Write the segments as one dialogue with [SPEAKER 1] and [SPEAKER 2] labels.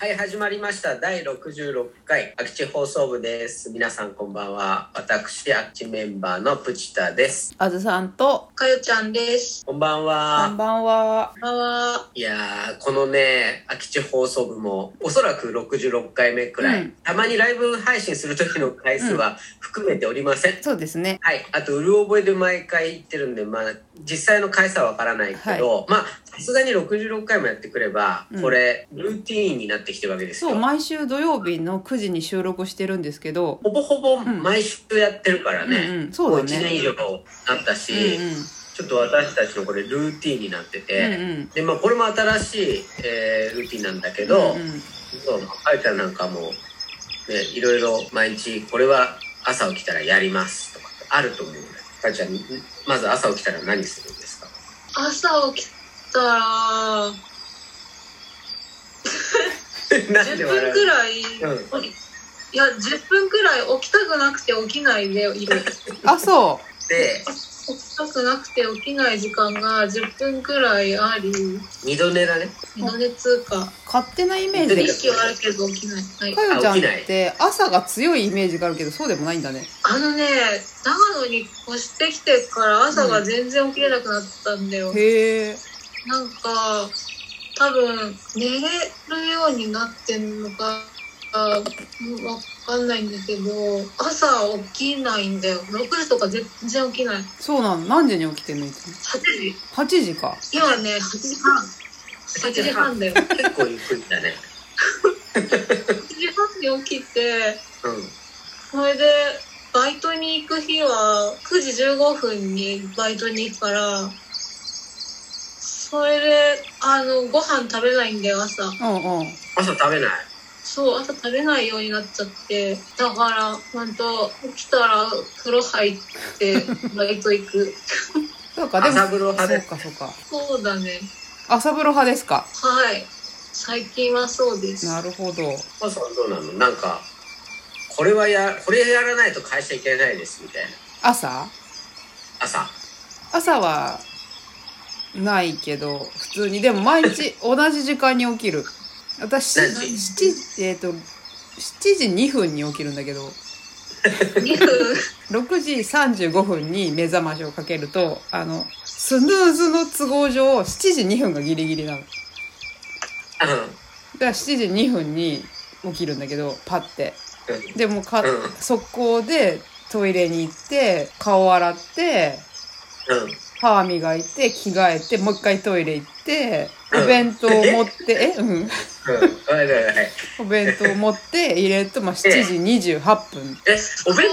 [SPEAKER 1] はい、始まりました。第66回、空き地放送部です。皆さんこんばんは。私、空き地メンバーのプチタです。
[SPEAKER 2] あずさんと、
[SPEAKER 3] かよちゃんです。
[SPEAKER 1] こんばん
[SPEAKER 2] こん
[SPEAKER 1] は。
[SPEAKER 2] ばんは。
[SPEAKER 3] こんばんは。
[SPEAKER 1] いやー、このね、空き地放送部も、おそらく66回目くらい、
[SPEAKER 2] うん
[SPEAKER 1] たまにライブ配信する時の回数は含めておりません。
[SPEAKER 2] そうですね。
[SPEAKER 1] はい。あと、うる覚えで毎回言ってるんで、まあ、実際の回数はわからないけど、まあ、さすがに66回もやってくれば、
[SPEAKER 2] うん
[SPEAKER 1] これ、ルーティーンになってきてるわけですよ。
[SPEAKER 2] そう、毎週土曜日の9時に収録してるんですけど、
[SPEAKER 1] ほぼほぼ
[SPEAKER 2] ん
[SPEAKER 1] 毎週やってるから
[SPEAKER 2] うん
[SPEAKER 1] ね、
[SPEAKER 2] うん、そ
[SPEAKER 1] もう
[SPEAKER 2] うだ
[SPEAKER 1] 1年以
[SPEAKER 2] ね。
[SPEAKER 1] 上なったし、
[SPEAKER 2] うんうん
[SPEAKER 1] ちょっと私たちのこれルーティンになってて、
[SPEAKER 2] うんうん
[SPEAKER 1] でまあ、これも新しい、えールーティンなんだけど、
[SPEAKER 2] うんうん
[SPEAKER 1] そうあゆちゃんなんかも、ね、いろいろ毎日これは朝起きたらやりますとかってあると思うんだよあゆちゃんんまず朝起きたら何するんですか
[SPEAKER 3] 朝起きたら、
[SPEAKER 1] 何
[SPEAKER 3] 10
[SPEAKER 1] で
[SPEAKER 3] 分
[SPEAKER 1] 笑
[SPEAKER 3] く
[SPEAKER 1] う
[SPEAKER 3] らい、
[SPEAKER 1] う
[SPEAKER 3] いや、10分くらい起きたくなくて起きないでいる。
[SPEAKER 2] あ、そ
[SPEAKER 1] で
[SPEAKER 3] 起きたくなくて起きない時間が10分くらいあり、
[SPEAKER 1] 二度寝だね
[SPEAKER 3] 二度寝通過
[SPEAKER 2] う。。勝手なイメージ
[SPEAKER 1] 出て
[SPEAKER 2] で
[SPEAKER 3] 意
[SPEAKER 1] き
[SPEAKER 3] 識はあるけど起きない。はい
[SPEAKER 2] か。よちゃんっ
[SPEAKER 1] あ起き
[SPEAKER 2] て朝が強いイメージがあるけど、そうでもないんだね。
[SPEAKER 3] あのね、長野に越してきてから朝が全然起きれなくなったんだよ。
[SPEAKER 2] へえ。
[SPEAKER 3] なんか、多分、寝れるようになってんのか、あうんわかんないんだけど、朝起きないんだよ。6時とか全然起きない。
[SPEAKER 2] そうなの。何時に起きてんのいつも。
[SPEAKER 3] 8時
[SPEAKER 2] 8時か。
[SPEAKER 3] 今ね、8時半。8時半だよ。8
[SPEAKER 1] 結構ゆっくりだね
[SPEAKER 3] 時半に起きて、
[SPEAKER 1] う
[SPEAKER 3] それで、バイトに行く日は、9時15分にバイトに行くから、それで、あの、ご飯食べないんだよ、朝。
[SPEAKER 2] うんうん。
[SPEAKER 1] ん朝食べない
[SPEAKER 3] そう、朝食べないようになっちゃって、だから、ほんと、起きたら風呂入 って、バイト行く。
[SPEAKER 2] そうか、でも、
[SPEAKER 1] 朝風呂派
[SPEAKER 2] そ
[SPEAKER 1] で
[SPEAKER 2] うか、そうか。
[SPEAKER 3] そうだね。
[SPEAKER 2] 朝風呂派ですか。
[SPEAKER 3] はい。最近はそうです。
[SPEAKER 2] なるほど。
[SPEAKER 1] 母さんどうなのなんかこれはやこれやらないと会社行けないですみたいな
[SPEAKER 2] 朝
[SPEAKER 1] 朝
[SPEAKER 2] 朝はないけど普通にでも毎 日同じ時間に起きる私
[SPEAKER 1] 何
[SPEAKER 2] 7
[SPEAKER 1] 時
[SPEAKER 2] 時えっ、と7時2分に起きるんだけど
[SPEAKER 3] 2分。
[SPEAKER 2] 6時35分に目覚ましをかけるとあのスヌーズの都合上7時2分がギリギリなのだか
[SPEAKER 1] う
[SPEAKER 2] ら7時2分に起きるんだけどパッて
[SPEAKER 1] んうん
[SPEAKER 2] でもか、
[SPEAKER 1] うん
[SPEAKER 2] 速攻でトイレに行って顔洗って
[SPEAKER 1] うん
[SPEAKER 2] 歯磨いて着替えてもう一回トイレ行って
[SPEAKER 1] うん
[SPEAKER 2] お弁当を持 って、えうん
[SPEAKER 1] うんはいはいはい
[SPEAKER 2] お弁当を持って入れると、まあ、7時28分
[SPEAKER 1] えお弁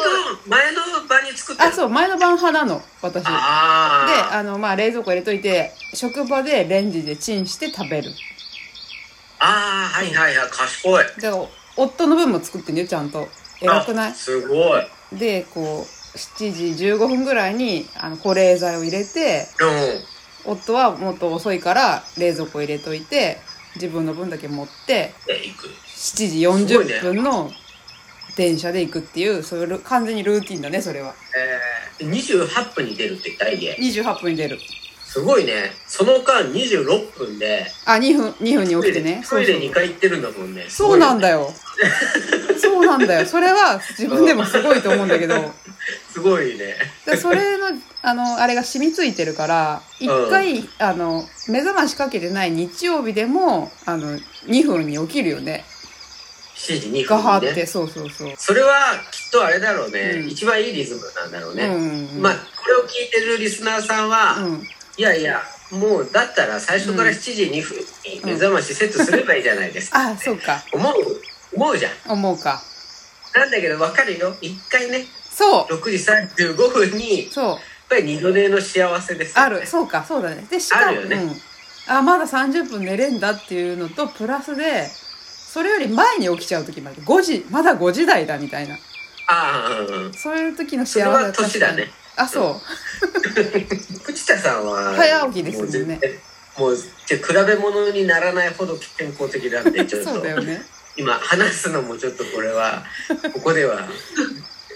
[SPEAKER 1] 当前の場に作って
[SPEAKER 2] あそう前の晩派なの私で
[SPEAKER 1] あー
[SPEAKER 2] あのまあ冷蔵庫入れといて職場でレンジでチンして食べる
[SPEAKER 1] あーはいはいはい賢い
[SPEAKER 2] だから夫の分も作ってんだよちゃんと偉くない
[SPEAKER 1] あすごい
[SPEAKER 2] でこう7時15分ぐらいにあの保冷剤を入れて
[SPEAKER 1] う
[SPEAKER 2] 夫はもっと遅いから冷蔵庫入れといて自分の分だけ持って
[SPEAKER 1] んで行く
[SPEAKER 2] 7
[SPEAKER 1] す
[SPEAKER 2] 時
[SPEAKER 1] ごいね
[SPEAKER 2] 40分の電車で行くっていうそれ完全にルーティンだねそれは
[SPEAKER 1] えー、28分に出るって言った家
[SPEAKER 2] 28分に出る
[SPEAKER 1] すごいねその間26分で
[SPEAKER 2] あ2分2分に
[SPEAKER 1] ト
[SPEAKER 2] 起
[SPEAKER 1] イ
[SPEAKER 2] きて
[SPEAKER 1] レ,、
[SPEAKER 2] ね
[SPEAKER 1] トイレ
[SPEAKER 2] そうそう
[SPEAKER 1] 2回行ってるんだもんね
[SPEAKER 2] そうなん
[SPEAKER 1] よ
[SPEAKER 2] だよそうなんだよそれは自分でもすごいと思うんだけど
[SPEAKER 1] すごいね
[SPEAKER 2] でそれのあのあれが染みついてるから一回、あの目覚ましかけてない日曜日でもあの2分に起きるよね
[SPEAKER 1] 7時2
[SPEAKER 2] ガハっ
[SPEAKER 1] 分
[SPEAKER 2] て、
[SPEAKER 1] にね
[SPEAKER 2] そうそうそう、
[SPEAKER 1] それはきっとあれだろうね、
[SPEAKER 2] うん
[SPEAKER 1] 一番いいリズムなんだろうね、
[SPEAKER 2] うん
[SPEAKER 1] まあ、これを聞いてるリスナーさんは、
[SPEAKER 2] うん
[SPEAKER 1] いやいや、もうだったら最初から
[SPEAKER 2] うん
[SPEAKER 1] 7時2分に目覚ましセットすればいいじゃないですか。
[SPEAKER 2] あそうか
[SPEAKER 1] 思う思うじゃん。
[SPEAKER 2] 思うか
[SPEAKER 1] なんだけどわかるよ。一回ね、
[SPEAKER 2] そ
[SPEAKER 1] 6時35分に、や
[SPEAKER 2] う
[SPEAKER 1] っ
[SPEAKER 2] そう
[SPEAKER 1] ぱり二度寝の幸せです、
[SPEAKER 2] ある。そうかそうだねでし
[SPEAKER 1] あ
[SPEAKER 2] かも
[SPEAKER 1] るよね
[SPEAKER 2] うん、あまだ30分寝れんだっていうのとプラスでそれより前に起きちゃう時まで5時まだ5時台だみたいな
[SPEAKER 1] ああ、うんうん。
[SPEAKER 2] そういう時の幸
[SPEAKER 1] そ
[SPEAKER 2] せ
[SPEAKER 1] れ
[SPEAKER 2] は
[SPEAKER 1] は
[SPEAKER 2] 確かに
[SPEAKER 1] 年だね。
[SPEAKER 2] あそう
[SPEAKER 1] 藤田さんは、
[SPEAKER 2] 早起きです
[SPEAKER 1] もう
[SPEAKER 2] もんね
[SPEAKER 1] 絶対。もう、じゃあ比べ物にならないほど健康的なん で、ちょっ
[SPEAKER 2] そ
[SPEAKER 1] と
[SPEAKER 2] うだ、よね
[SPEAKER 1] 今話すのもちょっとこれは、ここでは、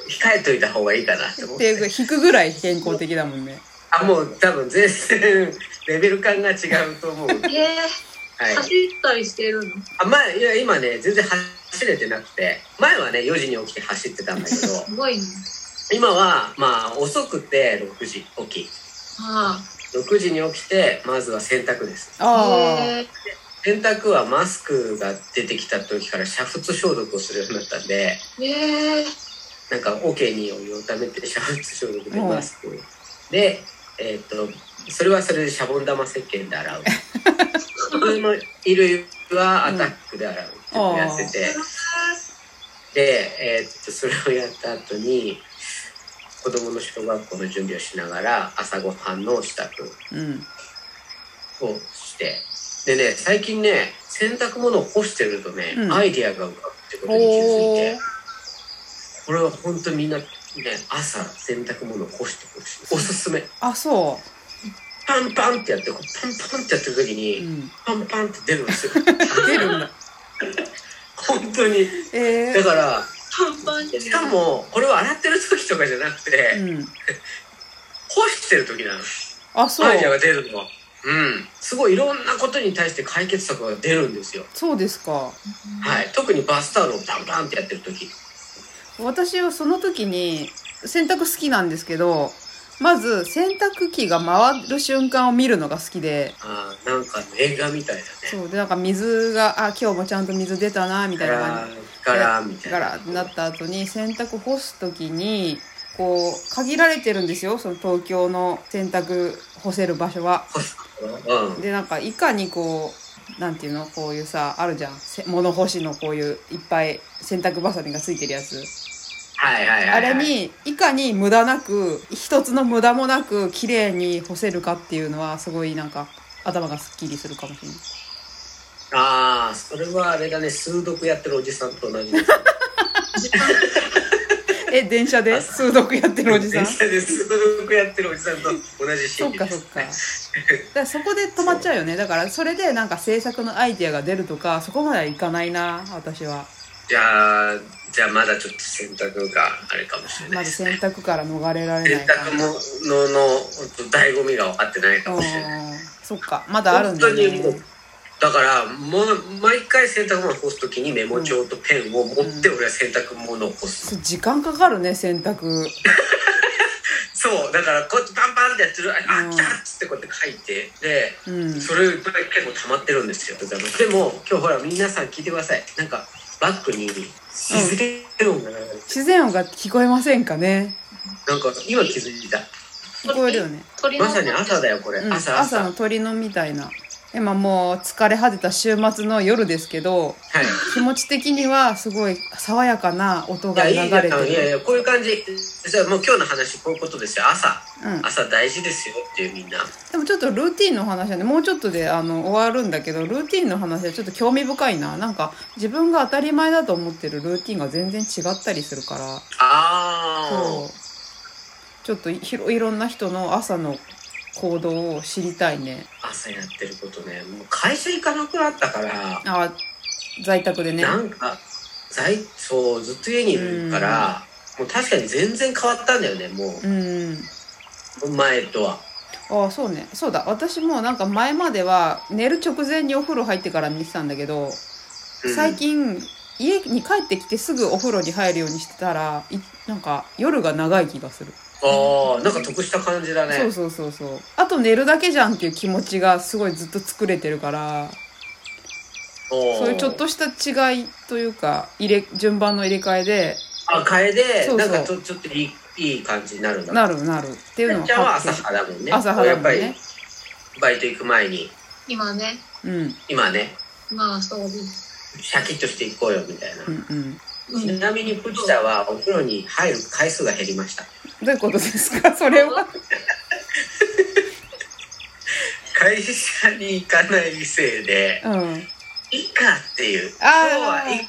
[SPEAKER 1] 控えといた方がいいかなと思っ。
[SPEAKER 2] ってていう引くぐらい健康的だもんね
[SPEAKER 1] あもう多分全然レベル感が違うと思う
[SPEAKER 3] え
[SPEAKER 1] はい。
[SPEAKER 3] 走ったりしてるの
[SPEAKER 1] あ前いや今ね全然走れてなくて前はね4時に起きて走ってたんだけど
[SPEAKER 3] すごいね。
[SPEAKER 1] 今はまあ遅くて6時起き
[SPEAKER 3] あ
[SPEAKER 1] 6時に起きてまずは洗濯です
[SPEAKER 2] あ
[SPEAKER 3] あ。へえ。
[SPEAKER 1] 洗濯はマスクが出てきた時から煮沸消毒をするようになったんで
[SPEAKER 3] へえ。
[SPEAKER 1] なんかオケにお湯をためて煮沸消毒でマスクをでえーっとそれはそれでシャボン玉石鹸で洗 う普通の衣類はアタックで洗うっていうのをやってて、で、えーっとそれをやった後に子供の小学校の準備をしながら朝ごはんの支度
[SPEAKER 2] ー。うん。
[SPEAKER 1] をしてでね最近ね洗濯物を干してるとね、
[SPEAKER 2] うん
[SPEAKER 1] アイディアが浮かぶってことに気づい
[SPEAKER 2] おー
[SPEAKER 1] てこれは本当にみんなね朝洗濯物を干してほしいおすすめ
[SPEAKER 2] あ、そ
[SPEAKER 1] パンパンってやってこうパンパンってやってる時
[SPEAKER 2] う。う
[SPEAKER 1] に、
[SPEAKER 2] ん。
[SPEAKER 1] パンパンって出るんですよ
[SPEAKER 2] 出るんだ。
[SPEAKER 1] 本当に
[SPEAKER 2] え
[SPEAKER 1] だから
[SPEAKER 3] パンパンって。。
[SPEAKER 1] しか。もこれは洗ってる時とかじゃなくて、
[SPEAKER 2] え。うん。
[SPEAKER 1] 干してる時なの
[SPEAKER 2] あ、そ
[SPEAKER 1] ア
[SPEAKER 2] う
[SPEAKER 1] イデ。アが出るのは。うん、すごいいろんなことに対して解決策が出るんですよ。
[SPEAKER 2] そうですか。
[SPEAKER 1] はいい、特にバスタオルをバンバンってやってる時。
[SPEAKER 2] 私はその時に洗濯好きなんですけど、まず洗濯機が回る瞬間を見るのが好きで、
[SPEAKER 1] あーなんか映画みたいだね。
[SPEAKER 2] そうでなんか水があ今日もちゃんと水出たなみた
[SPEAKER 1] ガ
[SPEAKER 2] いな感じ
[SPEAKER 1] ラガラみたい
[SPEAKER 2] ガ
[SPEAKER 1] な。
[SPEAKER 2] ラってなった後に洗濯干す時にこう限られてるんですよその東京の洗濯干せる場所は。
[SPEAKER 1] うん。
[SPEAKER 2] でなんかいかにこうなんていうのこういうさあるじゃんせ物干しのこういういっぱい洗濯バサミがついてるやつ
[SPEAKER 1] はいはいはい、はい。
[SPEAKER 2] あれ。にいかに無駄なく一つの無駄もなく綺麗に干せるかっていうのはすごいなんか頭がすっきりするかもしれない。
[SPEAKER 1] ああ、それはあれだね、数読やってるおじさんと同じです。
[SPEAKER 2] え電車で数読やってるおじさん
[SPEAKER 1] 電車で数読やってるおじさんと同じ
[SPEAKER 2] そ
[SPEAKER 1] 心
[SPEAKER 2] っ
[SPEAKER 1] 理
[SPEAKER 2] か
[SPEAKER 1] で
[SPEAKER 2] そっ
[SPEAKER 1] す。
[SPEAKER 2] か。だからそこで止まっちゃうよね。だからそれでなんか制作のアイディアが出るとか、そこまではいかないな、私は。
[SPEAKER 1] じゃあ、じゃあまだちょっと選択があれかもしれな
[SPEAKER 2] ま
[SPEAKER 1] いで
[SPEAKER 2] ず
[SPEAKER 1] す
[SPEAKER 2] 選
[SPEAKER 1] ね。
[SPEAKER 2] 択から逃れられな
[SPEAKER 1] 選
[SPEAKER 2] いか
[SPEAKER 1] 択ものの本当醍醐味が分かってないか
[SPEAKER 2] ら。
[SPEAKER 1] もしれない。
[SPEAKER 2] うんそっか、まだあるんだ
[SPEAKER 1] 本当にも
[SPEAKER 2] ね
[SPEAKER 1] う。だからもう毎回洗濯物を干す時にメモ帳とペンを持って俺は洗濯物を干す、
[SPEAKER 2] そう時間かかるね、選択。
[SPEAKER 1] そうだからこうやってパンパンってやってるあ
[SPEAKER 2] う
[SPEAKER 1] あ
[SPEAKER 2] ん
[SPEAKER 1] 来たっつってこうやって書いてで
[SPEAKER 2] うん。
[SPEAKER 1] それいっぱい結構溜まってるんですよでも今日ほら皆さん聞いてくださいなんかバッグに自然音が流れてる、
[SPEAKER 2] 自然音が聞こえませんかね。
[SPEAKER 1] なんか今気づいた
[SPEAKER 2] 聞こえるよね。
[SPEAKER 3] 鳥の。
[SPEAKER 1] まさに朝だよこれ、
[SPEAKER 2] うん、
[SPEAKER 1] 朝朝
[SPEAKER 2] 朝の鳥のみたいな。今もう疲れ果てた週末の夜ですけど、
[SPEAKER 1] はい
[SPEAKER 2] 気持ち的にはすごい爽やかな音
[SPEAKER 1] い
[SPEAKER 2] が
[SPEAKER 1] や
[SPEAKER 2] 流
[SPEAKER 1] いいじゃん
[SPEAKER 2] れ
[SPEAKER 1] い
[SPEAKER 2] て
[SPEAKER 1] やい
[SPEAKER 2] る。
[SPEAKER 1] やこういう感じじゃあもう今日の話こういうことですよ朝
[SPEAKER 2] うん。
[SPEAKER 1] 朝大事ですよっていうみんな
[SPEAKER 2] でもちょっとルーティンの話はねもうちょっとであの終わるんだけどルーティンの話はちょっと興味深いななんか自分が当たり前だと思ってるルーティンが全然違ったりするから
[SPEAKER 1] ああ
[SPEAKER 2] そうちょっといろいろんな人の朝の行動を知りたいね
[SPEAKER 1] 朝やってることねもう会社行かなくなったから、
[SPEAKER 2] あ在宅でね
[SPEAKER 1] なんか在そうずっと家にいるから、もう確かに全然変わったんだよねも
[SPEAKER 2] うん
[SPEAKER 1] う、前とは
[SPEAKER 2] ああそうねそうだ私もなんか前までは寝る直前にお風呂入ってから見てたんだけど
[SPEAKER 1] うん
[SPEAKER 2] 最近家に帰ってきてすぐお風呂に入るようにしてたらいなんか夜が長い気がする
[SPEAKER 1] ああなんか得した感じだね
[SPEAKER 2] そうそうそうそうあと寝るだけじゃんっていう気持ちがすごいずっと作れてるから
[SPEAKER 1] おー
[SPEAKER 2] そういうちょっとした違いというか入れ順番の入れ替えで
[SPEAKER 1] あ変えで
[SPEAKER 2] そうそう
[SPEAKER 1] なんかちょちょっといいいい感じになるんだ
[SPEAKER 2] なるなるっていうのを
[SPEAKER 1] じゃあ朝
[SPEAKER 2] 発
[SPEAKER 1] 派だもんね
[SPEAKER 2] 朝派だもんね
[SPEAKER 1] こうやっぱりバイト行く前に
[SPEAKER 3] 今ね。
[SPEAKER 2] 見うん
[SPEAKER 1] 今ね
[SPEAKER 3] まあ、そうです。
[SPEAKER 1] シャキッとしていこうよみたいな、
[SPEAKER 2] うんうん
[SPEAKER 3] う
[SPEAKER 1] ち
[SPEAKER 3] ん。
[SPEAKER 1] なみにプチタはお風呂に入る回数が減りました
[SPEAKER 2] どういうことですかそれは
[SPEAKER 1] 会社に行かないせいで
[SPEAKER 2] うん
[SPEAKER 1] いいかっていう今日
[SPEAKER 2] あ
[SPEAKER 1] は
[SPEAKER 2] ー
[SPEAKER 1] いいか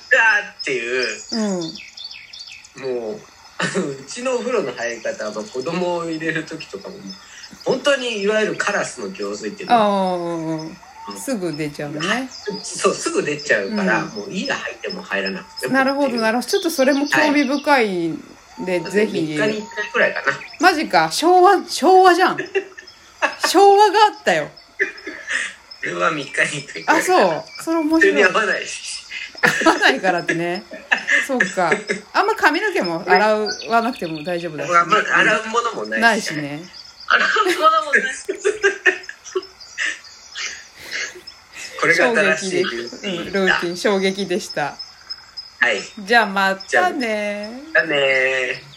[SPEAKER 1] っていう
[SPEAKER 2] う
[SPEAKER 1] も
[SPEAKER 2] ん
[SPEAKER 1] う あのうちのお風呂の入り方はまあ子供を入れる時とかも本当にいわゆるカラスの行水っていうの
[SPEAKER 2] ああすぐ出ちゃうのね
[SPEAKER 1] そうすぐ出ちゃうから、
[SPEAKER 2] うん
[SPEAKER 1] もういいや入っても入らなくても
[SPEAKER 2] なるほどな
[SPEAKER 1] る
[SPEAKER 2] るほどちょっとそれも興味深いんで、ぜひ
[SPEAKER 1] 3日に1回くらいかな
[SPEAKER 2] マジか昭和昭和じゃん昭和があったよ
[SPEAKER 1] れは3日に1回
[SPEAKER 2] あそうそれ面
[SPEAKER 1] 普通
[SPEAKER 2] 白
[SPEAKER 1] に
[SPEAKER 2] い
[SPEAKER 1] 合わないし
[SPEAKER 2] 合わないからってねそうかあんま髪の毛も洗わなくても大丈夫だし、
[SPEAKER 1] 僕あんま洗うものもな
[SPEAKER 2] ないい
[SPEAKER 1] し
[SPEAKER 2] しね
[SPEAKER 3] 洗うものもない。
[SPEAKER 1] これ
[SPEAKER 2] 衝
[SPEAKER 1] が新しい
[SPEAKER 2] 撃で
[SPEAKER 1] ルーティ
[SPEAKER 2] う
[SPEAKER 1] ン
[SPEAKER 2] ん
[SPEAKER 1] だ
[SPEAKER 2] ルーティン衝撃でした
[SPEAKER 1] はい
[SPEAKER 2] じゃあまたね
[SPEAKER 1] だねー